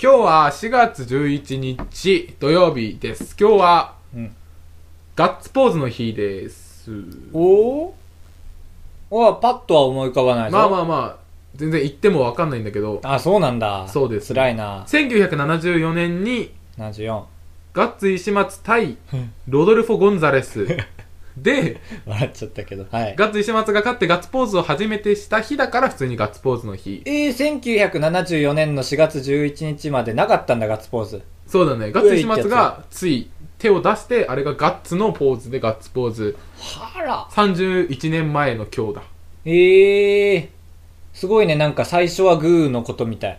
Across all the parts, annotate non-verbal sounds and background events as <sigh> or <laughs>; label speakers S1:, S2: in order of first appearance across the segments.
S1: 今日は4月11日土曜日です。今日は、
S2: うん
S1: ガッツポーズの日です。
S2: おおはパッとは思い浮かばないぞ。
S1: まあまあまあ、全然言ってもわかんないんだけど、
S2: あ。そうなんだ。
S1: そうです
S2: 辛いな。
S1: 1974年に
S2: 74。
S1: ガッツ石松対ロドルフォ・ゴンザレ
S2: <laughs>
S1: スで、
S2: <laughs> 笑っちゃったけど。はい。
S1: ガッツ石松が勝ってガッツポーズを初めてした日だから普通にガッツポーズの日。
S2: えー、1974年の4月11日までなかったんだ、ガッツポーズ。
S1: そうだね、ガッツ石松がつい手を出して、あれがガッツのポーズでガッツポーズ。
S2: はら。
S1: 31年前の今日だ。
S2: ええー、すごいね、なんか最初はグーのことみたい。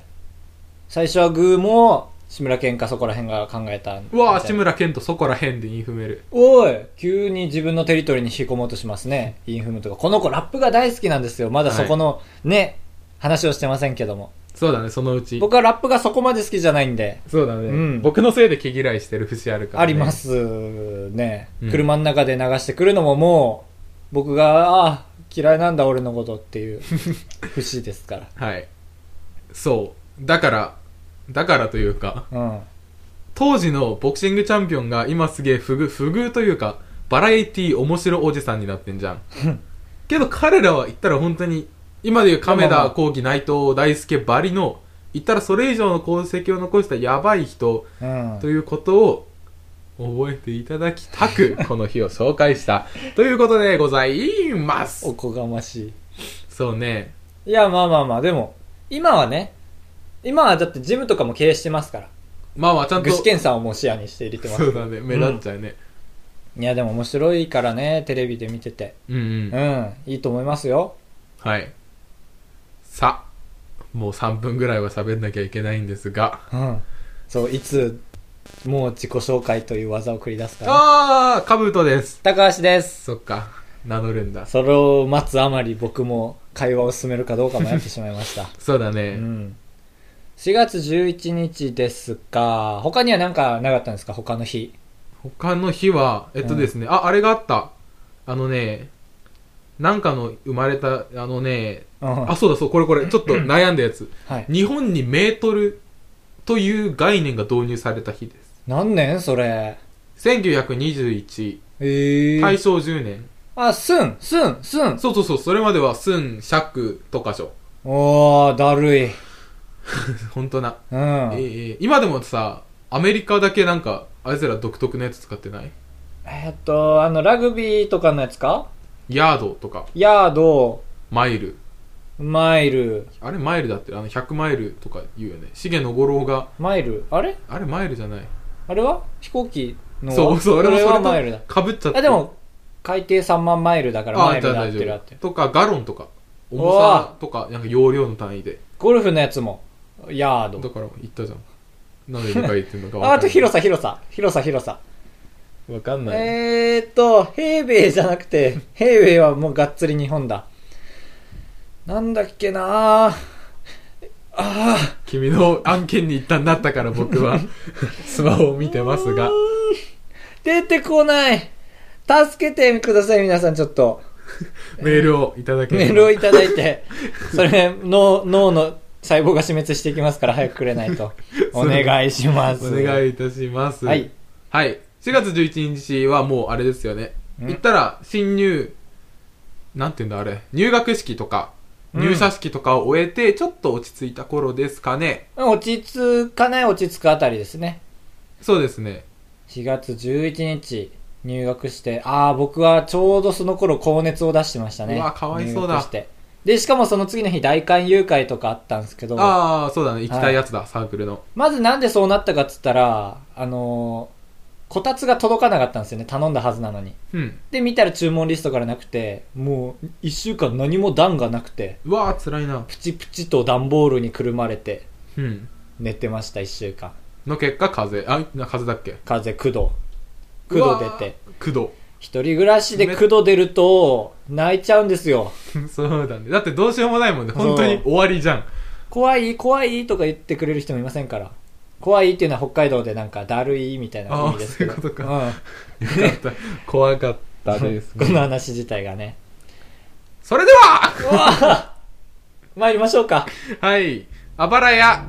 S2: 最初はグーも、志村けんかそこら辺が考えた。
S1: うわあ、志
S2: みたい
S1: 村けんとそこら辺でインフメる。
S2: おい急に自分のテリトリーに引き込もうとしますね。インフムとか。この子ラップが大好きなんですよ。まだそこの、ね、話をしてませんけども。
S1: そうだね、そのうち。
S2: 僕はラップがそこまで好きじゃないんで、
S1: そうだね、
S2: うん
S1: 僕のせいで毛嫌いしてる節あるから、ね。
S2: ありま。すね、
S1: うん
S2: 車の中で流してくるのももう、僕が、ああ、嫌いなんだ俺のことっ
S1: <laughs>
S2: ていう、節ですか
S1: はい。そう。だから、だからというか、
S2: ら。うん。
S1: 当時のボクシングチャンピオンが今すげえ不遇、不遇というか、バラエティ面白おじさんになってんじ
S2: <laughs>
S1: ゃん。けど彼らは言ったら本当に、今でいう亀
S2: まあまあ
S1: 田
S2: まあ
S1: 光輝内藤大輔バリの、言ったらそれ以上の功績を残したやばい人
S2: うん
S1: と。いうことを覚えていただきた
S2: <laughs>
S1: く、この日を紹介した。ということでございます
S2: お。こがましい。
S1: そうね。
S2: いや、まあまあまあ、でも、今はね、今はだってジムとかも経営してますから。
S1: まあまあちゃんと
S2: 具。志堅さんをもう視野にして入れてます
S1: そうだね。目立っちゃうね。
S2: いや、でも面白いからね、テレビで見てて。
S1: うん、うん、
S2: うん、いいと思いますよ。
S1: はい。さ、もう3分ぐらいは喋んなきゃいけないんですが。
S2: うん。そう、いつ、もう自己紹介という技を繰り出すから、
S1: あー、かぶとです。
S2: 高橋です。
S1: そっか。名乗るんだ。
S2: それを待つあまり僕も会話を進めるかどうか迷ってしまいました。
S1: そうだ
S2: う
S1: ね。
S2: ん。4月11日ですか、他には何かなかったんですか他の日。
S1: 他の日は、えっとですね、あ、あれがあった。あのね、なんかの生まれた、あのね、
S2: うん。
S1: あ、そうだそう、これこれ、ちょっと悩んだやつ。
S2: はい。
S1: 日本にメートルという概念が導入された日です。
S2: 何年それ。
S1: 1921、
S2: ええ
S1: 大正10年。
S2: あ、すん、すん、すん。
S1: そうそうそう、それまでは、寸、尺、とかしょ。
S2: おー、だるい。
S1: 本当な。
S2: うん。
S1: えー今でもさ、アメリカだけなんか、あいつら独特のやつ使ってない
S2: えーっと、あの、ラグビーとかのやつか
S1: ヤードとか、
S2: ヤード、
S1: マイル。
S2: マイル、
S1: あれマイルだって、あの、100マイルとか言うよね。重野五郎が、
S2: マイル、あれ
S1: あれマイルじゃない。
S2: あれは飛行機の
S1: そうそう、俺も
S2: これは
S1: そ
S2: マイル
S1: れ
S2: だ。
S1: と、かぶっちゃって。
S2: あ、でも、海底3万マイルだから
S1: あ、
S2: マ
S1: あ
S2: イ
S1: じゃ
S2: ル
S1: あ
S2: だっ
S1: 大
S2: て
S1: 丈
S2: るあって
S1: 夫。。とか、ガロンとか、重さとか、なんか容量の単位で。
S2: ゴルフのやつも、ヤー
S1: だ
S2: ド。
S1: から言ったじゃん。なんで2回言ってんのか
S2: ああと広
S1: さ。
S2: さ、広さ、広さ、広さ。
S1: わかんない。
S2: えーっと、平米じゃなくて、平米はもうがっつり日本だ。なんだっけなああー
S1: 君の案件に一旦なったから僕
S2: <laughs>
S1: はスマホを見てますが。
S2: 出てこない助けてください、皆さん、ちょっと。
S1: メールをいただければ
S2: メールをいただいて、それ、脳、脳の細胞が死滅していきますから、早くくれな
S1: <laughs>
S2: いと。お願いします。
S1: お願いいたします。
S2: はい。。
S1: はい。4月11日はもうあれですよね。
S2: うん
S1: 言ったら、新入、なんて言うんだあれ、入学式とか、
S2: うん
S1: 入社式とかを終えて、ちょっと落ち着いた頃ですかね。
S2: 落ち着かない、落ち着くあたりですね。
S1: そうですね。
S2: 4月11日、入学して、ああ、僕はちょうどその頃、高熱を出してましたね。
S1: うわかわいそうだ
S2: 入学してで、しかもその次の日、大勧誘会とかあったんですけど、
S1: ああ、そうだね。行きたいやつだ、サークルの。
S2: まずなんでそうなったかっつったら、あのーこたつが届かなかったんですよね。頼んだはずなのに。
S1: うん。
S2: で、見たら注文リストからなくて、もう、一週間何も段がなくて、
S1: うわー、辛いな。
S2: プチプチと段ボールにくるまれて、
S1: うん。
S2: 寝てました、一週間。
S1: の結果、風邪。あ、な風邪だっけ
S2: 風、苦度。苦度出て。
S1: 苦度
S2: 一人暮らしで苦度出ると、泣いちゃうんですよ。
S1: <laughs> そうだねだってどうしようもないもんね本当に終わりじゃん
S2: 怖い、怖いとか言ってくれる人もいませんから。怖いっていうのは北海道でなんか、だるいみたいな意味ですけど。
S1: あーそういうこと
S2: か。
S1: よ
S2: <laughs>
S1: かった怖かった
S2: う
S1: で
S2: ん。
S1: す
S2: この話自体がね。
S1: それでは
S2: 参りましょうか。
S1: はいあばらや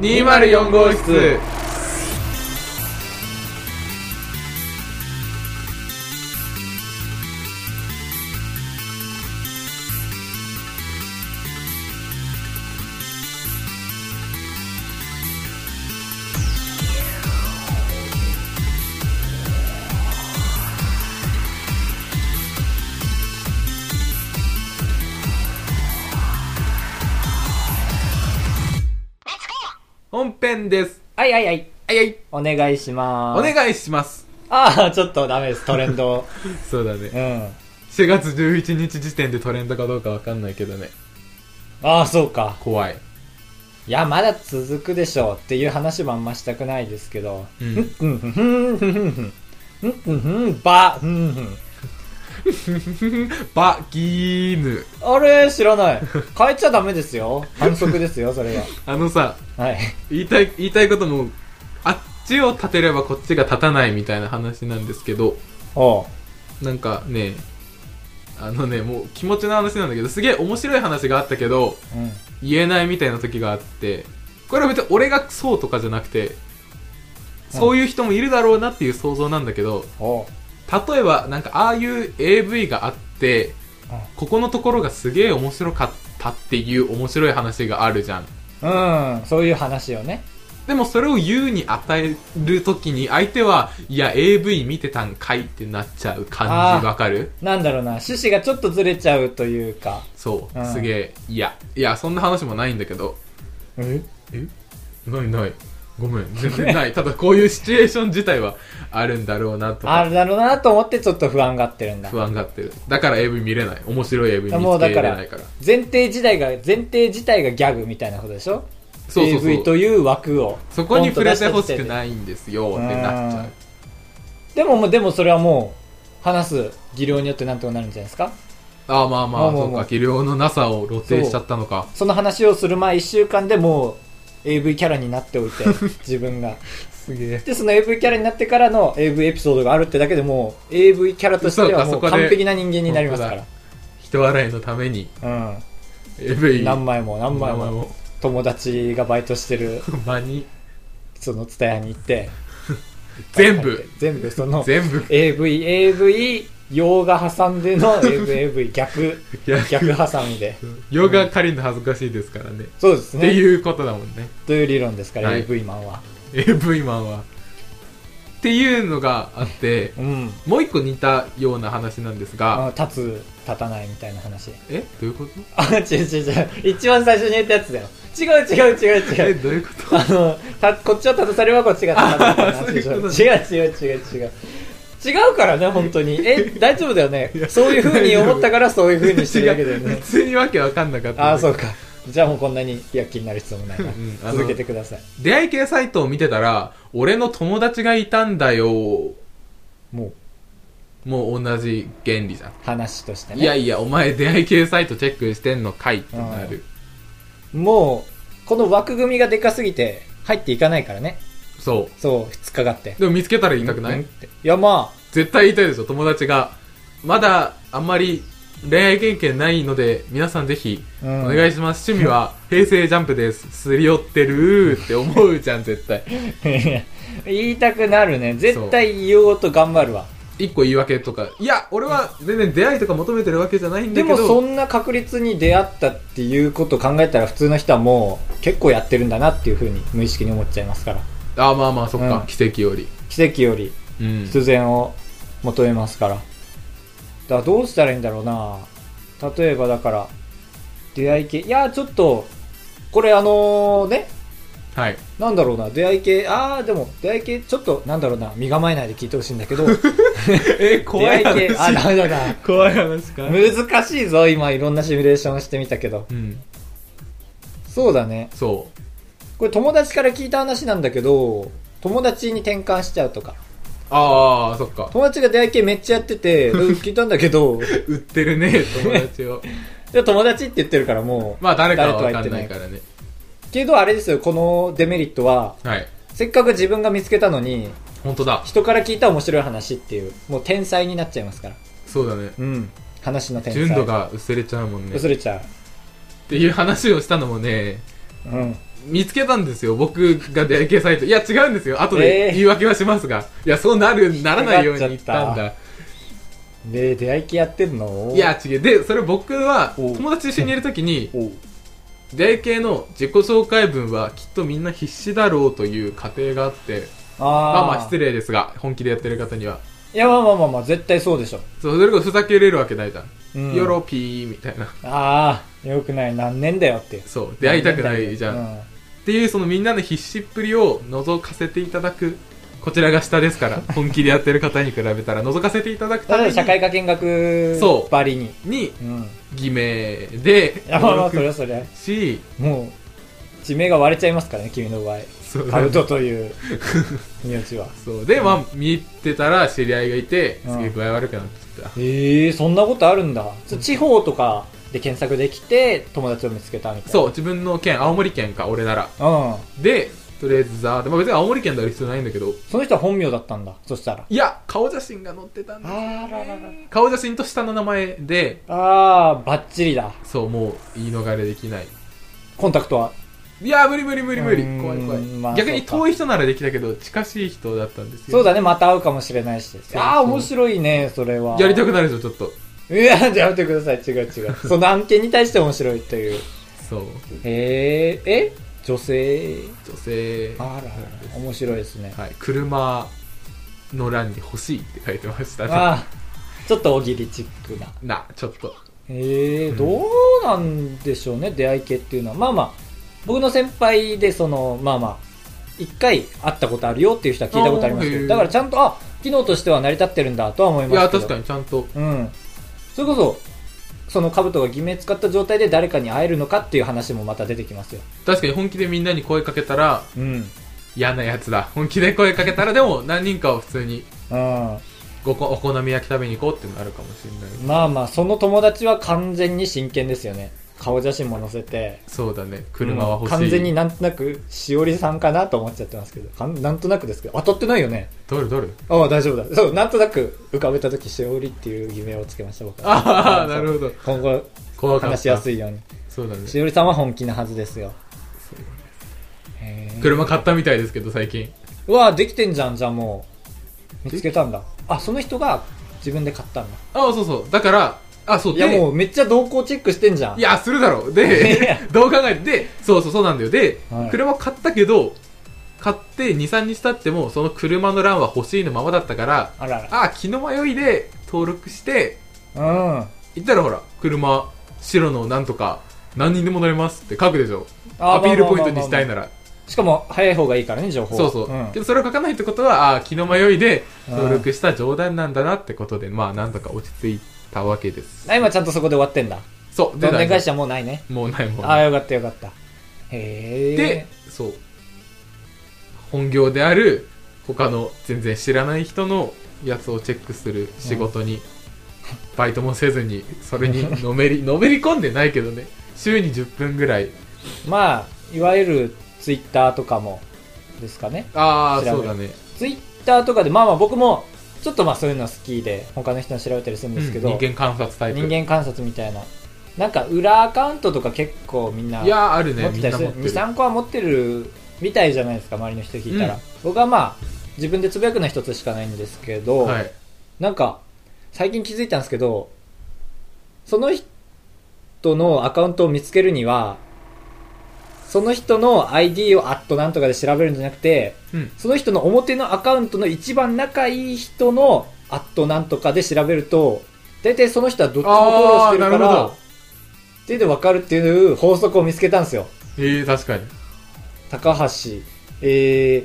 S1: 204号室本編です
S2: はいはいはい。
S1: はいはい
S2: お願いしま
S1: お
S2: す。
S1: 願いします
S2: ああ、ちょっとダメです、トレンド。
S1: そうだね
S2: うん。
S1: 4月11日時点でトレンドかどうかわかんないけどね
S2: ああ、そうか。
S1: 怖い
S2: いや、まだ続くでしょうっていう話もあんましたくないですけど。
S1: う
S2: うんん、うん、ふん、ふん、ふん、ふん、ふん、ふん、ふん、ば、ふん、ふん。
S1: <laughs> バギーヌ
S2: あれ、知らない。変えちゃダメですよ。反則ですよ、それは。
S1: あのさ
S2: はい。
S1: 言いたい言いたいこともあっちを立てればこっちが立たないみたいな話なんですけど
S2: おう。
S1: なんかねあのねもう気持ちの話なんだけどすげえ面白い話があったけど
S2: うん。
S1: 言えないみたいな時があってこれは別に俺がそうとかじゃなくてそういう人もいるだろうなっていう想像なんだけど
S2: おう。
S1: 例えばなんかああいう AV があって
S2: うん
S1: ここのところがすげえ面白かったっていう面白い話があるじゃん
S2: うん、そういう話をね。
S1: でもそれを言うに与える時に相手はいや AV 見てたんかいってなっちゃう感
S2: あ
S1: じ
S2: ー
S1: わかる
S2: なんだろうな、趣旨がちょっとずれちゃうというか。
S1: そう、
S2: うん
S1: すげえいやいやそんな話もないんだけど
S2: え
S1: えないないごめん全然ないただこういうシチュエーション自体はあるんだろうなと
S2: あ
S1: か
S2: るだろうなと思ってちょっと不安がってるんだ。
S1: 不安がってるだから AV 見れない面白い AV 見つ
S2: もう
S1: け
S2: だ
S1: れ
S2: か
S1: な
S2: ら
S1: いから
S2: 前提自体が、前提自体がギャグみたいなことでしょ
S1: そうそうそう
S2: AV という枠を。
S1: そこに触れてほしく
S2: い。
S1: ないんですよってなっちゃう
S2: でももう、でもそれはもう、話す技量によってなんとかなるんじゃないですか
S1: ああまあま
S2: ま
S1: あ
S2: あまあまあ
S1: そうか技量のなさを露呈しちゃったのか
S2: その話をする前1週間でもう、AV キャラになってお
S1: <laughs>
S2: いて、自分が。
S1: すげえ
S2: で、その AV キャラになってからの AV エピソードがあるってだけでもう、AV キャラとしては
S1: そ
S2: も
S1: う
S2: う
S1: かそこで
S2: 完璧な人間になりますか
S1: 人笑いのために
S2: ら。う
S1: AV
S2: ん。何枚も何枚
S1: 名前
S2: も
S1: を
S2: 友達がバイトしてる、
S1: 間に
S2: そのツタヤに行って。
S1: <laughs> 全部
S2: 全部その、
S1: 全部
S2: AV、AV、洋画挟んでの AV、AV 逆、
S1: 逆
S2: 逆挟み
S1: <laughs>
S2: で。 <laughs>
S1: ヨガ借りるの恥ずかしいですからね
S2: そうです
S1: っ
S2: ね。
S1: ていうことだもんね
S2: という理論ですから、
S1: はい
S2: AV マンは。
S1: AV マンはっていうのがあって
S2: うん。
S1: もう一個似たような話なんですが
S2: あ立つ、立たないみたいな話。 <laughs>
S1: えどういうこと
S2: あ、違う違う違う。一番最初に言ったやつだよ。違う違う違う違
S1: え
S2: う。
S1: どういうこと
S2: あの、た、こっちを立たされればこっちが立たないみたいな話でしょ。
S1: あー
S2: 違う違う違う違う。違うからね、本当に。え、大丈夫だよね
S1: いや。
S2: そういう風に思ったからそういう風にしてるだけだよ
S1: <laughs> 違う
S2: ね
S1: 普。通にわけわかんなかった
S2: ああ、そうか。じゃあもうこんなに躍起になる必要もないな
S1: うんあの
S2: 続けてください。
S1: 出会い系サイトを見てたら俺の友達がいたんだよ
S2: もう、
S1: もう同じ原理じゃん
S2: 話としてね。
S1: いやいやお前出会い系サイトチェックしてんのかいってなる
S2: もう、この枠組みがでかすぎて、入っていかないからね。
S1: そ
S2: そう、突っかかって
S1: う。でも見つけたら言いたくない、
S2: うんっていや、まあ、 <laughs>
S1: 絶対言いたいでしょ友達がまだあんまり恋愛経験ないので皆さんぜひお
S2: うん
S1: 願いします、趣味は平成ジャンプですすり寄ってるーって思うじゃん絶対
S2: 言いたくなるね。絶対言おうと頑張るわ。
S1: 一個言い訳とかいや俺は全然出会いとか求めてるわけじゃないんだ
S2: で
S1: けど
S2: も、そんな確率に出会ったっていうことを考えたら、普通の人はもう、結構やってるんだなっていうふうに、無意識に思っちゃいますから。
S1: ああまあまあそっか、
S2: うん
S1: 奇跡より
S2: 奇跡より、
S1: うん
S2: 必然を求めますから。だからどうしたらいいんだろうな例えばだから、出会い系、いや、ちょっと、これあのね、
S1: はい
S2: なんだろうな、出会い系、あーでも、出会い系、ちょっと、なんだろうな、身構えないで聞いてほしいんだけど、
S1: え
S2: 出会い系、あ、ダメだな。
S1: 怖い話か
S2: 難しいぞ、今いろんなシミュレーションしてみたけど。
S1: うん
S2: そうだね。
S1: そ
S2: これ友達から聞いた話なんだけど、友達に転換しちゃうとか。
S1: うああそっか
S2: 友達が出会い系めっちゃやって
S1: <laughs>
S2: て、うん聞いたんだけど、
S1: 売ってるね友達を
S2: でも友達って言ってるからもう。
S1: まあ誰かは分かんないからね
S2: けどあれですよ、このデメリットは、
S1: はい
S2: せっかく自分が見つけたのに、
S1: 本当だ
S2: 人から聞いた面白い話っていう、もう天才になっちゃいますから。
S1: そうだね
S2: うん。話の天才。
S1: 純度が薄れちゃうもんね
S2: 薄れちゃ
S1: っていう話をしたのもね
S2: う。うん。
S1: 見つけたんですよ僕が出会い系サイトいや違うんですよ後で
S2: えー
S1: 言い訳はしますが、いやそうなるならないように言ったん
S2: 引
S1: だ
S2: で、出会い系やってんの
S1: い、や違うでそれ僕は
S2: おう
S1: 友達と一緒にいる時に
S2: おう
S1: 出会い系の自己紹介文はきっとみんな必死だろうという過程があって
S2: あー
S1: まあまあ失礼ですが本気でやってる方にはい
S2: や、まあまあまあまあ、絶対そうでしょ。
S1: そうそれこそふざけれるわけないじゃん、
S2: うん
S1: ヨロピーみたいな
S2: ああ、よくない。何年だよって。
S1: そう出会いたくないじゃん、っ
S2: ん。
S1: ていうそのみんなの必死っぷりを覗かせていただくこちらが下ですから <laughs> 本気でやってる方に比べたら覗かせていただくた
S2: た
S1: め
S2: だ
S1: に
S2: 社会科見学
S1: そう
S2: ばりに。
S1: に
S2: うん。い
S1: 偽名で
S2: や、まあまあ、それ
S1: 登
S2: はそれは。
S1: 録し
S2: もう、地名が割れちゃいますからね、君の場合。
S1: そう
S2: カルトという
S1: <laughs>
S2: 名字は。
S1: そうで、まあ見てたら知り合いがいて
S2: うん
S1: すげえ具合悪くなってきた、
S2: ええそんなことあるんだ。そう地方とかで検索できて、友達を見つけたみたいな。
S1: そう自分の県青森県か俺なら
S2: う。うん。
S1: でとりあえずザーって、まあ、別に青森県である必要ないんだけど
S2: その人は本名だったんだ。そしたら。
S1: いや顔写真が載ってたんだ
S2: あららら。
S1: 顔写真と下の名前で
S2: ああ、ばっちりだ。
S1: そうもう言い逃れできない
S2: コンタクトはい
S1: や無理無理無理無理
S2: うーん
S1: 怖い怖い、
S2: まあ
S1: 逆に
S2: そうか
S1: 遠い人ならできたけど近しい人だったんですよ
S2: そうだね、また会うかもしれないし
S1: そ。う
S2: ああ、面白いね、それは。
S1: やりたくなるでしょちょっと
S2: いや、やめてください、違う違
S1: <laughs>
S2: う。その案件に対して面白いという。
S1: そう
S2: へえ、え女性
S1: 女性
S2: あら、面白いですね。
S1: はい、車の欄に欲しいって書いてましたね
S2: ああ、ちょっと大喜利チックな。
S1: <laughs> なちょっと
S2: ええ
S1: うん
S2: どうなんでしょうね、出会い系っていうのは。まあまあ、僕の先輩で、その、まあまあ、一回会ったことあるよっていう人は聞いたことありますけ
S1: あーへ
S2: ど、
S1: え
S2: だからちゃんと、あ、機能としては成り立ってるんだとは思い
S1: い
S2: ま
S1: や
S2: すけど。
S1: 確かにちゃんと
S2: うん。それこそ、その兜が偽名使った状態で誰かに会えるのかっていう話もまた出てきますよ。
S1: 確かに本気でみんなに声かけたら
S2: うん。うん。
S1: 嫌なやつだ本気で声かけたらでも何人かは普通にごこお好み焼き食べに行こうってなるかもしれない
S2: まあまあ、その友達は完全に真剣ですよね。顔写真も載せて。
S1: そうだね車は欲しい、
S2: うん完全になんとなく、しおりさんかなと思っちゃってますけど。かんなんとなくですけど、当たってないよね。
S1: どれど
S2: <laughs>
S1: れ
S2: ああ、大丈夫だ。そう、なんとなく浮かべた時、しおりっていう偽名をつけました、僕は。
S1: あ <laughs> あなるほど
S2: 今後、
S1: 怖かった
S2: 話しやすいように。
S1: そうだね
S2: しおりさんは本気なはずですよ。へー
S1: 車買ったみたいですけど最近
S2: うわできてんじゃんじゃあもう見つけたんだあその人が自分で買ったんだ
S1: ああそうそうだからあそう
S2: いや
S1: で
S2: もうめっちゃ動向チェックしてんじゃん
S1: いやするだろう
S2: いや
S1: で <laughs> どう考えてでそうそうそうなんだよで、
S2: はい
S1: 車買ったけど買って23日経ってもその車の欄は欲しいのままだったから
S2: あら
S1: ああ気の迷いで登録して
S2: らうん
S1: 行ったらほら車白のなんとか何人でも乗れますって書くでしょアピールポイントにしたい
S2: な
S1: なら
S2: しかも早い方がいいからね情報
S1: そうそう、
S2: ん
S1: でもそれを書かないってことはああ気の迷いで登録した冗談なんだなってことでまあなんとか落ち着いたわけです
S2: あ今ちゃんとそこで終わってんだ
S1: そうで
S2: どんでん
S1: 大
S2: 会
S1: 丈
S2: 社もうないね
S1: 夫もうないもん
S2: ああよかったよかったへえ
S1: で、そう本業である他の全然知らない人のやつをチェックする仕事に、バイトもせずにそれにの
S2: <laughs>
S1: めりのめり込んでないけどね週に10分ぐらい
S2: まあいわゆるツイッターとかもですかね
S1: ああ
S2: 調
S1: そ
S2: べ
S1: うだね
S2: ツイッターとかでまあまあ僕もちょっとまあそういうの好きで他の人の調べたりするんですけど、
S1: うん人間観察タイプ
S2: 人間観察みたいななんか裏アカウントとか結構みんない
S1: やーある
S2: 持
S1: ね
S2: って
S1: みん
S2: たり
S1: な
S2: す
S1: 持っ
S2: る
S1: てる
S2: 23個は持ってるみたいじゃないですか周りの人聞いたら、
S1: うん
S2: 僕はまあ自分でつぶやくのは一つしかないんですけど、
S1: はい
S2: なんか最近気づいたんですけどその人のアカウントを見つけるにはその人の ID をアットなんとかで調べるんじゃなくて
S1: うん
S2: その人の表のアカウントの一番仲いい人のアットなんとかで調べると、大体その人はどっちもフォローし
S1: ああ
S2: て
S1: ー
S2: る
S1: な
S2: か
S1: るほ
S2: ら、
S1: ど
S2: っていうの分かるっていう法則を見つけたんですよ。
S1: ええー、確かに
S2: 高橋、えー、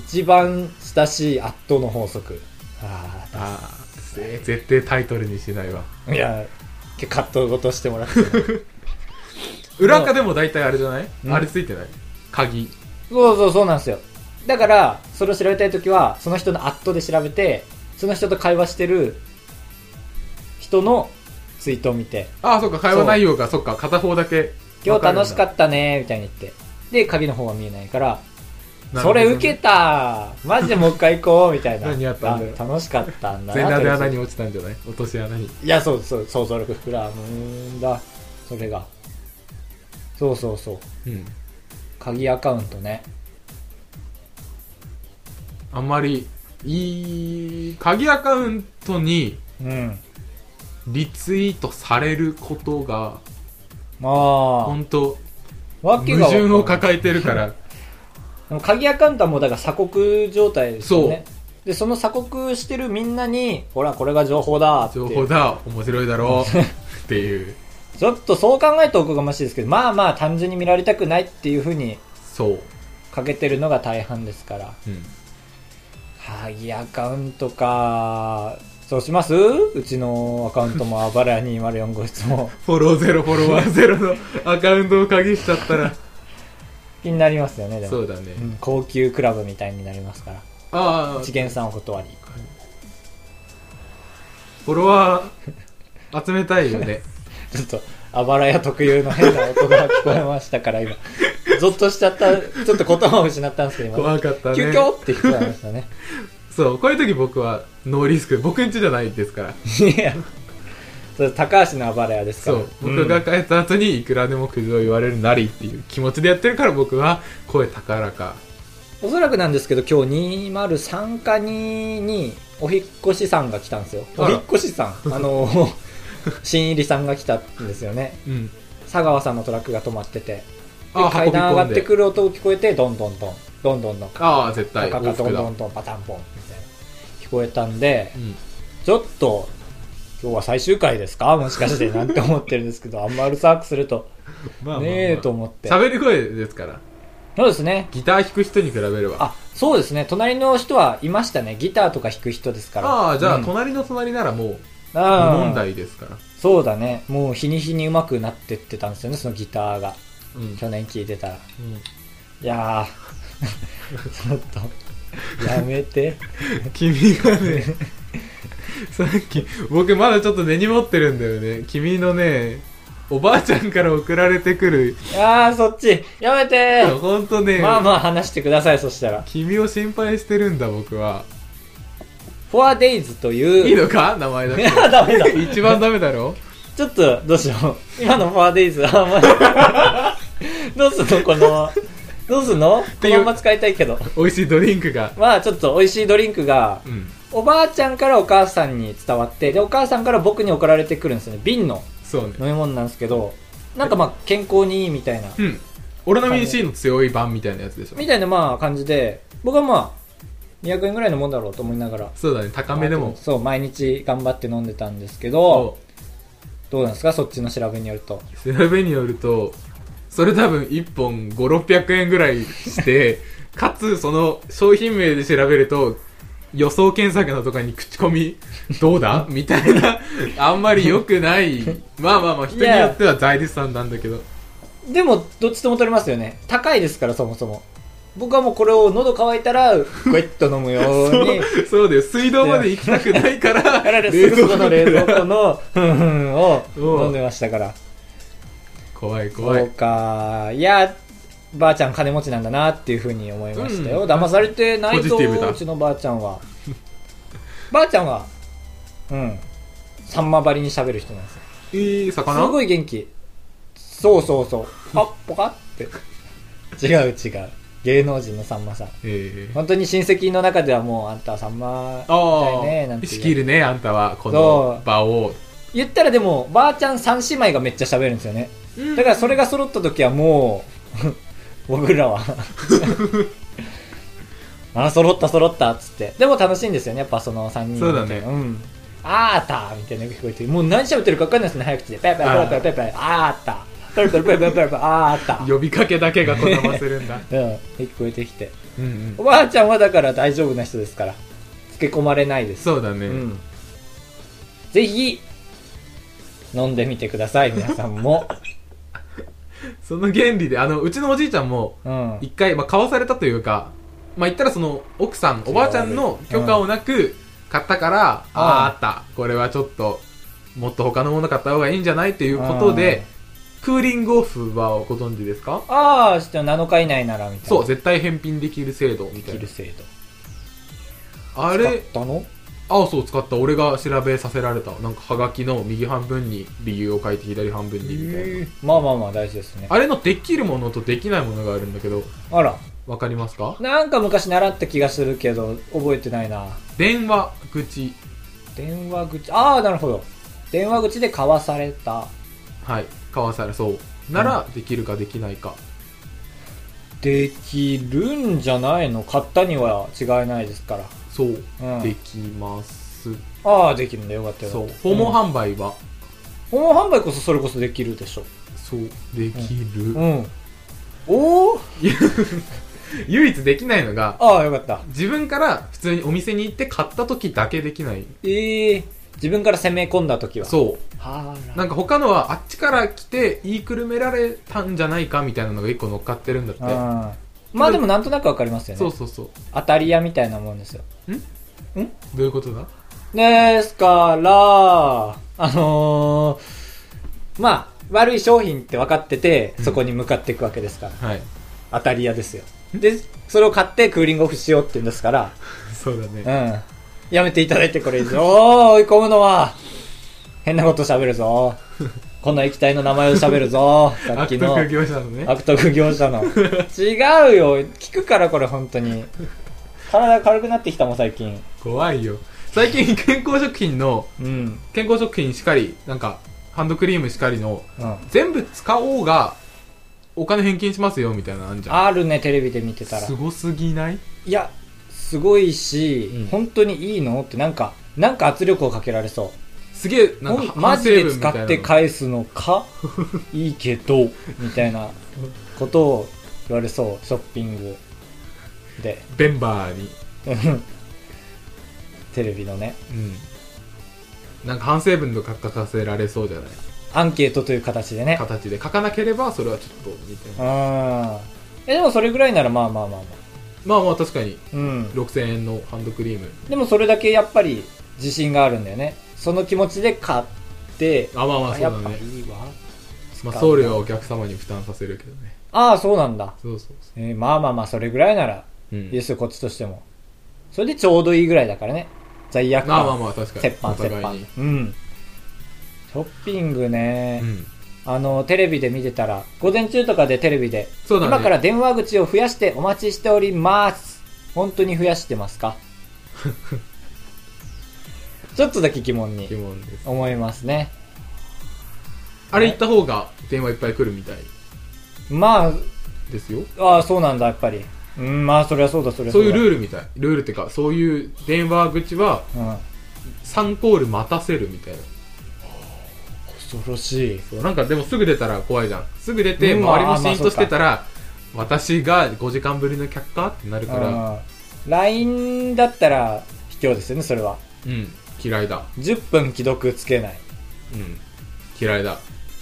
S2: 一番親しいアットの法則。あ
S1: ああ絶対タイトルにしないわ
S2: あ、いや、カットごとしてもらって。そう
S1: 裏垢でも大体あれじゃない、
S2: うん
S1: あれついてない鍵
S2: そうそうなんですよ。だから、それを調べたいときは、その人のアットで調べて、その人と会話してる人のツイートを見て、
S1: ああそっか会話内容がそっか片方だけ
S2: 今日楽しか
S1: っ
S2: ったねみたいに言ってで鍵の方は見えないから
S1: なる
S2: そ
S1: ほどね
S2: れ受けたマジでもう一回行こうみたいな
S1: 何やったんだよ
S2: あ楽しかったんだ
S1: 全
S2: な
S1: 裸で
S2: と
S1: 穴
S2: りあえ
S1: に落ちたんじゃない落とし穴に。
S2: ずいやそうそう想像力膨らむんだそれがそうそうそう
S1: うん。
S2: 鍵アカウントね。
S1: あんまりいい鍵アカウントに
S2: うん。
S1: リツイートされることが
S2: まあ、
S1: 本当
S2: わ
S1: 矛
S2: けがわかんない
S1: 盾を抱えてるから
S2: でも鍵アカウントはもうだから鎖国状態ですよね
S1: そ。
S2: で、その鎖国してるみんなに、ほら、これが情報だって。
S1: 情報
S2: <laughs>
S1: だ面白いだろうっていう
S2: ちょっとそう考えておこがましいですけど、まあまあ単純に見られたくないっていうふうに
S1: そう、
S2: かけてるのが大半ですから。
S1: うん、
S2: 鍵アカウントか。そうしますうちのアカウントもあばら204号室も
S1: フォローゼロフォロワーゼロのアカウントを鍵しちゃったら
S2: 気になりますよね、でも。
S1: そうだね
S2: うん高級クラブみたいになりますから。
S1: ああ
S2: 一元さんお断り。
S1: フォロワー集めたいよ
S2: <laughs>
S1: ね
S2: ちょっと、あばらや特有の変な音が聞こえましたから、今。
S1: <laughs>
S2: ゾッとしちゃった、ちょっと言葉を失ったんですけど、今。
S1: 怖かったね
S2: 急遽って聞こえました
S1: <laughs>
S2: ね。
S1: そうこういう時僕はノーリスク僕ん家じゃないですから
S2: いや、それ高橋のあばらやですか
S1: そ
S2: ら。
S1: う僕が
S2: ん
S1: 帰った後にいくらでもクズを言われるなりっていう気持ちでやってるから僕は声高らか
S2: おそらくなんですけど、今日203課に、に、お引っ越しさんが来たんですよ。
S1: あ
S2: お
S1: ら
S2: 引っ越しさん。あの、
S1: <laughs>
S2: 新入りさんが来たんですよね。
S1: うん
S2: 佐川さんのトラックが止まってて。で
S1: あ
S2: 階段上がって
S1: る
S2: くる音が聞こえて、どんどんどん、どんどんどん、
S1: ああ絶対
S2: カカ
S1: 往
S2: カド
S1: 復
S2: ン
S1: だ
S2: ドンドンパタンポンみたいな聞こえたんで
S1: う、ん
S2: ちょっと今日は最終回ですかもしかしてなんて思ってるんですけど、あんまうるさくすると
S1: まあまあまあ
S2: ねえと思って。
S1: 喋り声ですから
S2: そうですね。
S1: ギター弾く人に比べれば
S2: あ、そうですね。隣の人はいましたね。ギターとか弾く人ですから。
S1: ああじゃあ
S2: うん
S1: 隣の隣ならもう
S2: あー
S1: 問題ですから
S2: そうだね。もう日に日に上手くなってってたんですよね、そのギターが。
S1: うんうん
S2: 去年聴いてたら。いやー、ち <laughs> ょっと、やめて。
S1: 君が
S2: <laughs>
S1: ねさっき僕まだちょっと根に持ってるんだよね君のねおばあちゃんから送られてくる
S2: いやー、そっち、や
S1: <laughs>
S2: めてー
S1: ほんとね
S2: まあまあ話してください、そしたら。
S1: 君を心配してるんだ僕は
S2: フォアデイズという。
S1: いい
S2: <laughs>
S1: のか名前だ
S2: い
S1: け
S2: や、ダメだ。
S1: 一番ダメだろ
S2: ちょっと、どうしよう。今のフォアデイズ、あんまり。 <laughs> どうすんのこの、どうすんのこ
S1: ていう
S2: のまま使いたいけど。
S1: 美味しいドリンクが
S2: まあ、ちょっと美味しいドリンクが、
S1: うん
S2: おばあちゃんからお母さんに伝わって、で、お母さんから僕に送られてくるんですよね。瓶の
S1: そうね
S2: 飲み物なんですけど、なんかまあ、健康にいいみたいな、
S1: うん俺のミン C の強い版みたいなやつでしょ
S2: みたいなまあ感じで、僕はまあ、200円ぐらいのもんだろうと思いながら。
S1: そうだね高めでも
S2: そう、毎日頑張って飲んでたんですけど、どうなんですかそっちの調べによると。
S1: そう調べによるとそれ多分1本5600円ぐらいして
S2: <laughs>
S1: かつその商品名で調べると予想検索のとかに口コミどうだみたいなあんまり良くないまあまあまあ人によっては財力さんなんだけど
S2: でも、どっちとも取れますよね。高いですから、そもそも。僕はもうこれを喉乾いたら、ぐいっと飲むように、
S1: <laughs> そうだよ水道まで行きたくないから
S2: からすぐそこの冷蔵庫の、ふんふんを
S1: うん
S2: 飲んでましたから。
S1: 怖い怖
S2: そう
S1: い
S2: か。いや、ばあちゃん金持ちなんだなっていうふうに思いましたよ。
S1: うん
S2: 騙されてない
S1: ポジ
S2: と、
S1: ティブだ
S2: うちのばあちゃんは。ばあちゃんは、うん、さんまばりに喋る人なんですよ。
S1: いい魚
S2: すごい元気。そうそうそう。あ、ポカって。違う違う。芸能人のさんまさん。
S1: ええ
S2: 本当に親戚の中ではもうあんたはさんま
S1: あ
S2: みたいねな
S1: あ
S2: んて
S1: 仕
S2: 言う
S1: 切るねあんたはこの場を
S2: 言ったらでもばあちゃん三姉妹がめっちゃ喋るんですよねだからそれが揃った時はもう僕らは <laughs> あ揃った揃ったっつってでも楽しいんですよねやっぱその3人
S1: そうだね
S2: うんあーたーみたいなのが聞こえてもう何喋ってるか分かんないですね早口でペーペーペーペーペーペーあーたーペーペーペーペーペーペーあーたー
S1: 呼びかけだけがこだまするんだ
S2: <laughs> うん聞こえてきて
S1: うんうん
S2: おばあちゃんはだから大丈夫な人ですからつけ込まれないです
S1: そうだね、
S2: うん、ぜひ飲んでみてくだ
S1: <laughs>
S2: さい皆さんも、
S1: その原理であのうちのおじいちゃんも
S2: うん、
S1: 一回、まあ、買わされたというかまあ言ったらその奥さんおばあちゃんの許可をなく買ったから、あああったこれはちょっともっと他のもの買った方がいいんじゃないということでクーリングオフはご存知ですか
S2: ああして7日以内ならみたいな
S1: そう絶対返品できる制度みた
S2: 切
S1: いな
S2: る制度
S1: あ
S2: あ
S1: れ
S2: ったの
S1: 青ソを使った俺が調べさせられたなんかハガキの右半分に理由を書いて左半分にみたいな
S2: まあまあまあ大事ですね
S1: あれのできるものとできないものがあるんだけど
S2: あら
S1: わかりますか
S2: なんか昔習った気がするけど覚えてないな
S1: 電話口
S2: 電話口ああなるほど電話口で交わされた
S1: はい交わされそうならできるかできないか、
S2: できるんじゃないの買ったには違いないですから
S1: そう、
S2: うん
S1: できます
S2: ああできるんだよかったよ
S1: そう訪
S2: 訪
S1: 問
S2: 問
S1: 販売は、
S2: 訪問販売こそそれこそできるでしょ
S1: そうできる、
S2: うんおお
S1: <laughs> 唯一できないのが
S2: ああよかった
S1: 自分から普通にお店に行って買った時だけできない
S2: ええ自分から攻め込んだ時はう
S1: そう
S2: はあ
S1: なんか他のはあっちから来て言いくるめられたんじゃないかみたいなのが一個乗っかってるんだって、
S2: うんまあでもなんとなくわかりますよね
S1: そうそうそう
S2: 当たり屋みたいなもんですよ
S1: どういうことだ
S2: ですから、あのー、まあ、悪い商品って分かってて、
S1: うん
S2: そこに向かっていくわけですから。
S1: はい
S2: 当たり屋ですよ。で、それを買ってクーリングオフしようって言うんですから、
S1: そうだね
S2: うん。やめていただいてこれ以
S1: <laughs>
S2: 上、追い込むのは、変なこと喋るぞ。こんな液体の名前を喋るぞ。さっ
S1: 悪
S2: きの
S1: 徳業者のね
S2: 悪徳業者の。違うよ。聞くからこれ本当に。体軽くなってきたもん最近。
S1: 怖いよ最近健康食品の
S2: うん。
S1: 健康食品しかりなんかハンドクリームしかりの
S2: うん。
S1: 全部使おうがお金返金しますよみたいなのあんじゃん
S2: あるね、テレビで見てたら
S1: す。ごすぎない
S2: いや、すごいし、
S1: うん
S2: 本当にいいのってなんか、なんか圧力をかけられそ
S1: すげえ
S2: う。
S1: なん
S2: ほん
S1: か
S2: マ
S1: 反
S2: ジ
S1: 省文
S2: で
S1: みた
S2: 使
S1: いな
S2: って返すの
S1: <laughs>
S2: かいいけど、みたいなことを言われそう、ショッピングで。 <laughs>
S1: ベンバーに
S2: うんテレビのね、
S1: うんなんか反省文とか書かせられそうじゃない
S2: アンケートという形でね。。
S1: 形で書かなければそれはちょっとみたいうなん
S2: え、でもそれぐらいならまあまあまあまあ。
S1: まあまあ確かに
S2: うん。
S1: 6000円のハンドクリーム
S2: でもそれだけやっぱり自信があるんだよね。その気持ちで買って、
S1: あまあまあそうだ
S2: やっぱ
S1: ね
S2: いいわ。
S1: まあ送料はお客様に負担させるけどね
S2: ああ、そうなんだ。
S1: そうそうそ
S2: えーまあまあまあ、それぐらいなら、
S1: う、う
S2: い
S1: ん
S2: いですよ、こっちとしても。それでちょうどいいぐらいだからね。罪悪
S1: まあまあ
S2: 感、
S1: まあ確かに
S2: 折半、折
S1: お互い
S2: 半
S1: に。
S2: うん。ショッピングね、
S1: うん
S2: あの、テレビで見てたら、午前中とかでテレビで、
S1: そうだね
S2: 今から電話口を増やしてお待ちしております。本当に増やしてま
S1: <laughs>
S2: すかちょっとだけ疑問
S1: 疑
S2: に
S1: 問です
S2: 思いますね。
S1: あれ行った方が電話いっぱい来るみたい
S2: ま
S1: ですよ
S2: あ、ああ、そうなんだ、やっぱり。うん、まあ、それはそうだ、それは
S1: そういう
S2: ー
S1: ルールみたいルールってかそういう電話口は
S2: ル。うん。
S1: 3コール待たせるみたいな
S2: 恐ろしい。
S1: そうなんかでもすぐ出たら怖いじゃんすぐ出て
S2: うん
S1: 周り
S2: ま
S1: も
S2: あ
S1: シーンとしてたら私が5時間ぶりの客かってなるから
S2: うん LINE だったら卑怯ですよねそれは
S1: うん嫌いだ
S2: 10分既読つけない
S1: うん嫌いだ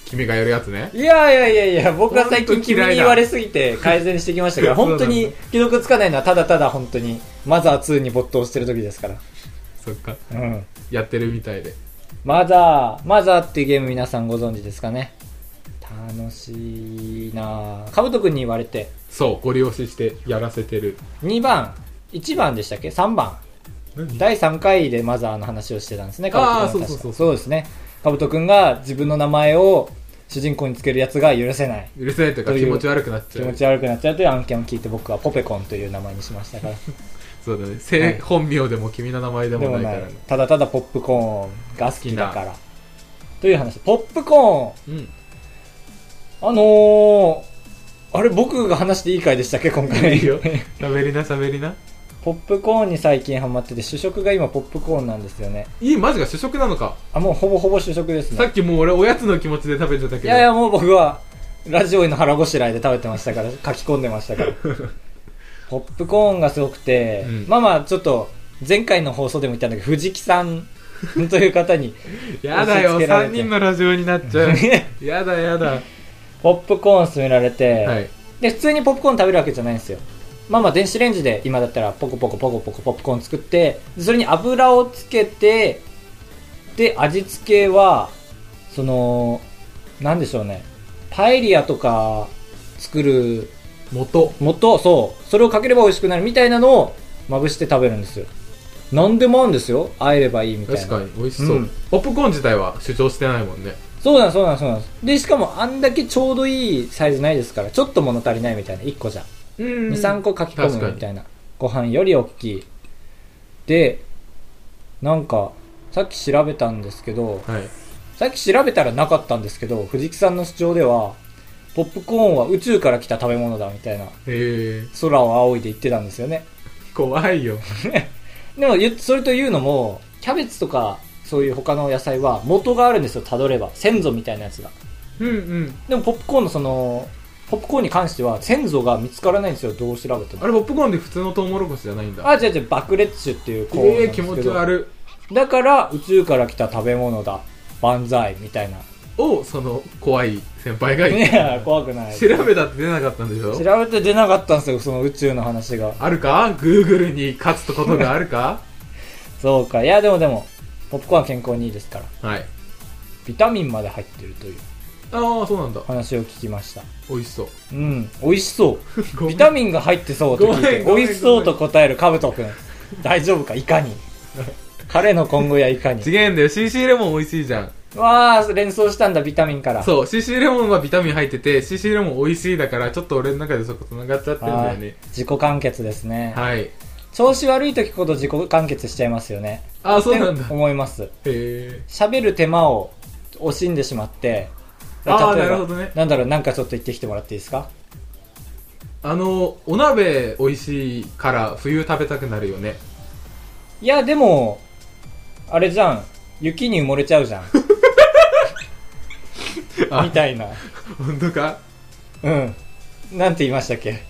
S1: 君がやるやつね
S2: いやいやいやいや <laughs> 僕は最
S1: 本当
S2: 近
S1: に
S2: 君
S1: 嫌いだ
S2: に言われすぎて改善してきましたから
S1: そうな
S2: 本
S1: んだ
S2: 当に既読つかないのはただただ本当にマザー2に没頭してる時ですから
S1: そっか
S2: うん
S1: やってるみたいで
S2: マザーマザーっていうゲーム皆さんご存知ですかね楽しいなぁカブト君に言われて
S1: そうご利用ししてやらせてる
S2: 2番1番でしたっけ3番
S1: 何
S2: 第3回でマザーの話をしてたんですね、
S1: あー
S2: カブト君が確か
S1: そうそうそう
S2: そうですね。カブト君が自分の名前を主人公につけるやつが許せない。
S1: うるせえというか
S2: そうい
S1: 気
S2: う
S1: 持ち悪くなっ
S2: 気
S1: ちゃ
S2: 持
S1: う
S2: ち悪くなっちゃうという案件を聞いて僕はポペコンという名前にしましたから。
S1: そうだねせ
S2: はい
S1: 本名でも君の名前 <laughs> で
S2: で
S1: も
S2: も
S1: ないか
S2: ない
S1: らね。
S2: ただただポップコーンが好きだから。という話。ポップコ
S1: うん
S2: ーンあのー、あれ僕が話していい回でしたっけ今回。
S1: いいよ喋りな喋りな
S2: <laughs> ポップコーンに最近ハマってて、主食が今ポップコーンなんですよね。
S1: いいマジか主食なのか
S2: あ、もうほぼほぼ主食ですね。
S1: さっきもう俺おやつの気持ちで食べてたけど
S2: いやいや、もう僕は、ラジオへの腹ごしらえで食べてましたから、書き込んでましたから。ポップコーンがすごくて、
S1: うん
S2: まあまあ、ちょっと、前回の放送でも言ったんだけど、藤木さんという方に、
S1: やだよ
S2: 押し付けられ
S1: 3
S2: て
S1: 人のラジオになっちゃう <laughs> やだやだ
S2: ポップコーン勧められて、
S1: はい
S2: で、普通にポップコーン食べるわけじゃないんですよ。まあまあ、電子レンジで今だったら、ポコポコポコポコポップコーン作って、でそれに油をつけて、で、味付けは、その、なんでしょうね。パエリアとか作る
S1: 元
S2: もっとそうそれをかければ美味しくなるみたいなのをまぶして食べるんですよ何でも合うんですよ会えればいいみたいな
S1: 確かに美味しそう、
S2: うん
S1: ポップコーン自体は主張してないもんね
S2: そうなんそうなんそうなんですでしかもあんだけちょうどいいサイズないですからちょっと物足りないみたいな1個じゃ
S1: うん
S2: 23個書
S1: 確
S2: き込
S1: か
S2: む
S1: に
S2: みたいなご飯より大きいでなんかさっき調べたんですけど
S1: はい
S2: さっき調べたらなかったんですけど藤木さんの主張ではポップコーンは宇宙から来た食べ物だみたいな
S1: えー、
S2: 空を仰いで言ってたんですよね
S1: 怖いよ
S2: でもゆそれというのもキャベツとかそういう他の野菜は元があるんですよたどれば先祖みたいなやつが
S1: うんうん
S2: でもポップコーンのそのポップコーンに関しては先祖が見つからないんですよどう調べて
S1: あ
S2: も
S1: れポップコーンって普通のトウモロコシじゃないんだ
S2: あ違う違う爆裂種っていうコーンなん
S1: ええ
S2: です
S1: 気
S2: けど
S1: 持ち悪
S2: だから宇宙から来た食べ物だ万歳みたいな
S1: をその怖い先輩が言っ
S2: ね
S1: て
S2: え怖くな
S1: <laughs>
S2: い
S1: 調べたって出なかったんでしょ
S2: 調べて出なかったんですよその宇宙の話が
S1: あるか Google に勝つことがある
S2: <laughs>
S1: か
S2: そうかいやでもでもポップコーンは健康にいいですから
S1: はい
S2: ビタミンまで入ってるという
S1: ああそうなんだ
S2: 話を聞きました
S1: 美味し <laughs> そう
S2: うん美味しそう
S1: ごめ
S2: ビ
S1: ん
S2: タミンが入ってそうと聞い
S1: ごめ
S2: て
S1: んごめ
S2: 美
S1: ん
S2: 味しそうと答えるカブト君大丈夫かいかに彼の今後やいかに
S1: 違えんだよ CC レモン美味しいじゃん
S2: わあ連想したんだビタミンから
S1: そう CC レモンはビタミン入ってて CC レモン美味しいだからちょっと俺の中でそこ繋がっちゃってるんだよね
S2: あー自己完結ですね、
S1: はい
S2: 調子悪い時ほど自己完結しちゃいますよね
S1: ああそうなん
S2: っ
S1: だ
S2: て
S1: へ
S2: 思います
S1: え
S2: 喋る手間を惜しんでしまって
S1: あー
S2: 例え
S1: な
S2: ば
S1: るほどね
S2: なんだろうなんかちょっと言ってきてもらっていいですか
S1: あのお鍋美味しいから冬食べたくなるよね <laughs>
S2: いやでもあれじゃん雪に埋もれちゃ
S1: <laughs>
S2: うじゃんみ
S1: あ
S2: たいな
S1: 本当か
S2: うんなんて言いましたっけ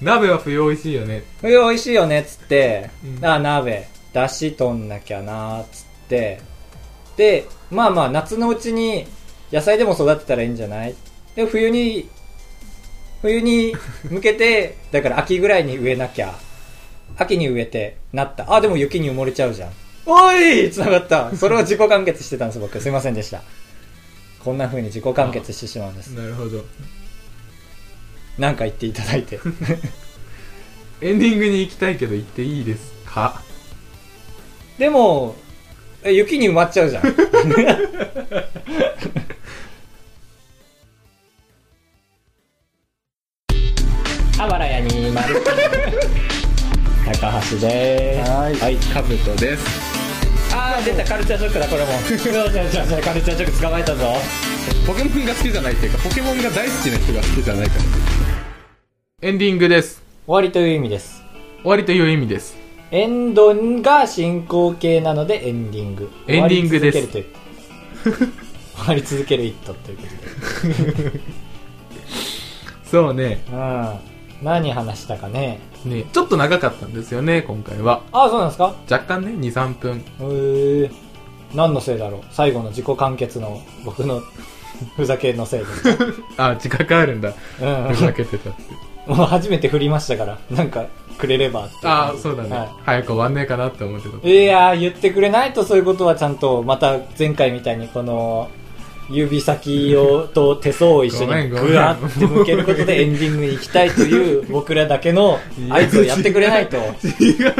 S1: 鍋は冬美味しいよね
S2: 冬美味しいよねっつって、
S1: うん
S2: あ鍋だしとんなきゃなっつってでまあまあ夏のうちに野菜でも育てたらいいんじゃないで冬に冬に向けて <laughs> だから秋ぐらいに植えなきゃ秋に植えてなったあでも雪に埋もれちゃうじゃんおいつながったそれを自己完結してたんです僕すいませんでしたこんな風に自己完結してしまうんです
S1: なるほど
S2: なんか言っていただいて
S1: エンディングに行きたいけど行っていいですか
S2: でもえ雪に埋まっちゃうじゃんあばらやにまる。高橋でーす。
S1: はい
S2: はい。
S1: カブトです
S2: あー出たカルチャーショックだこれも。そうそうそうそうカルチャーショック捕まえたぞ。
S1: ポケモンが好きじゃないっていうかポケモンが大好きな人が好きじゃないからエンディングです
S2: 終わりという意味です。
S1: 終わりという意味です
S2: エンドが進行形なのでエンディング。
S1: エンディングです
S2: 終わり続けるという終わり続ける一途 <laughs> ということで。
S1: そうね
S2: うん。何話したかね。
S1: ねちょっと長かったんですよね今回は
S2: ああそうなんですか。
S1: 若干ね23分 <laughs>
S2: へえ何のせいだろう最後の自己完結の僕の <laughs> ふざけのせいです、
S1: あ自覚あるんだ
S2: うん
S1: ふざけてたって
S2: もう初めて振りましたからなんかくれればって
S1: ああそうだね、
S2: は
S1: 早く終わんねえかなって思ってた
S2: い、いやー言ってくれないとそういうことはちゃんとまた前回みたいにこの指先をと手相を一緒
S1: ごめ
S2: に
S1: んごめん
S2: グワッて向けることでエンディングに行きたい
S1: <laughs>
S2: という僕らだけの合図をやってくれない
S1: 違
S2: と
S1: うん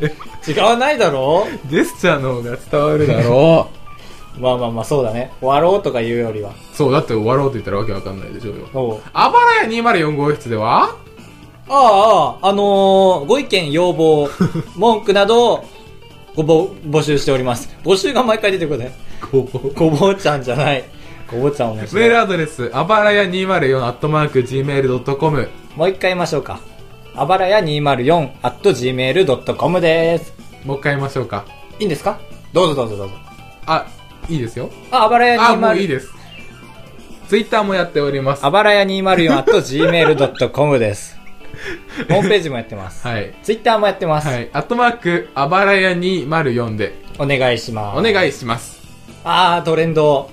S1: だよ
S2: 違わないだろ
S1: ジェスチャーの方が伝わるだろ
S2: うまあまあまあそうだね終わろうとか言うより
S1: <laughs>
S2: は
S1: うそうだって終わろうと言ったらわけわかんないでしょうよ
S2: おう
S1: あばらや204号室では
S2: ああ、あのーご意見、
S1: <laughs>
S2: 要望、文句などをごぼ募集しております。募集が毎回出てくるね。
S1: こう
S2: ごぼうちゃんじゃない。ごぼうちゃん面
S1: メー
S2: 白い。
S1: ルアドレス、あばらや 204-gmail.com。
S2: もう一回言いましょうか。あばらや 204-gmail.com です。
S1: もう一回言いましょうか。
S2: いいんですかどうぞどうぞどうぞ。
S1: あ、いいですよ。
S2: あ、あばらや
S1: あ、もういい
S2: 204。
S1: です。ツイッターもやっております。
S2: あ
S1: は
S2: ばらや 204-gmail.com です。
S1: <laughs>
S2: ホームページもやってます。
S1: い。
S2: ツイッターもやってます。
S1: はい。アットマーク、あばらや204で、
S2: お願いします。
S1: お願いします。
S2: あー、トレンド。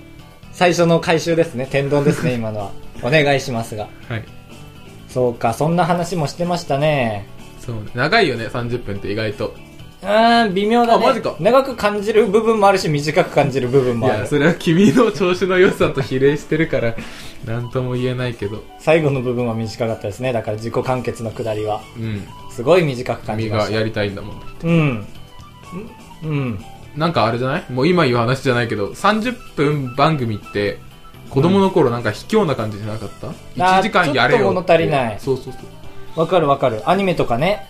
S2: 最初の回収ですね。天丼です
S1: <laughs>
S2: ね、今のは。お願いしますが。
S1: はい。
S2: そうか、そんな話もしてましたね。
S1: そうね。長いよね、30分って意外と。
S2: うーん、微妙だね。
S1: あマジか
S2: 長く感じる部分もあるし、短く感じる部分
S1: い
S2: もあ
S1: や、
S2: る。
S1: それは君の調子の良さと比例してるから、 <laughs> なんとも言えないけど。
S2: 最後の部分は短かったですね。だから自己完結のくだりは。
S1: うん。
S2: すごい短く感じ
S1: 君
S2: ま
S1: が
S2: し
S1: や
S2: た。
S1: りたいんだもん。
S2: うん。うん。
S1: なんかあれじゃないもう今言う話じゃないけど、30分番組って、子供の頃なんか卑怯な感じじゃなかった、
S2: あー
S1: ?1 時間やれよ。
S2: ちょっと物足りない
S1: そうそうそう。
S2: わかるわかる。アニメとかね。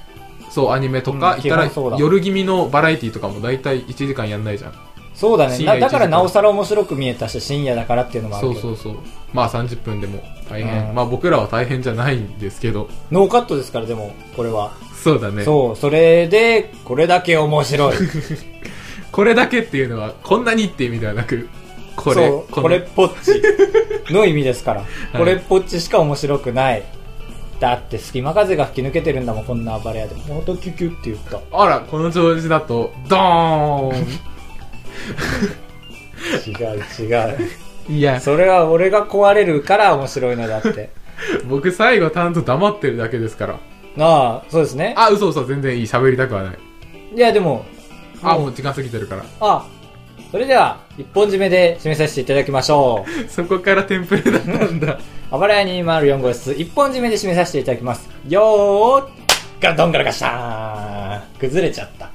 S1: そう、アニメとか、
S2: うん
S1: いたら
S2: 基本そうだ
S1: 夜気味のバラエティとかも大体1時間やんないじゃん。
S2: そうだね。
S1: 深夜
S2: なだから
S1: 1時間
S2: なおさら面白く見えたし、深夜だからっていうのもある
S1: そ
S2: け
S1: う
S2: ど。
S1: そうそう。まあ30分でも大変。
S2: うん
S1: まあ僕らは大変じゃないんですけど。 <laughs>
S2: ノーカットですから、でも、これは。
S1: そうだね。
S2: そう、それで、これだけ面白い。
S1: これだけっていうのは、こんなにっていう意味ではなく、これ、
S2: そう
S1: この
S2: これっぽっちの意味ですから、これっぽっちしか面白くないだって隙間風が吹き抜けてるんだもんこんな暴れ屋でも音キュキュって言った
S1: あら、この調子だと、ドー
S2: 違う
S1: <laughs>
S2: 違
S1: ンいや
S2: う、それは俺が壊れるから面白いのだって
S1: 僕最後担当黙ってるだけですから。
S2: なあそうですね
S1: あ、嘘嘘、全然いい。喋りたくはない。
S2: いやでも
S1: あ、
S2: うん
S1: もう時間過ぎてるから。
S2: あそれでは一本締めで締めさせていただきましょう
S1: そこからテンプレだったんだ。
S2: 暴れ屋204号室一本締めで締めさせていただきますよーっガラドンガラガシャーン崩れちゃった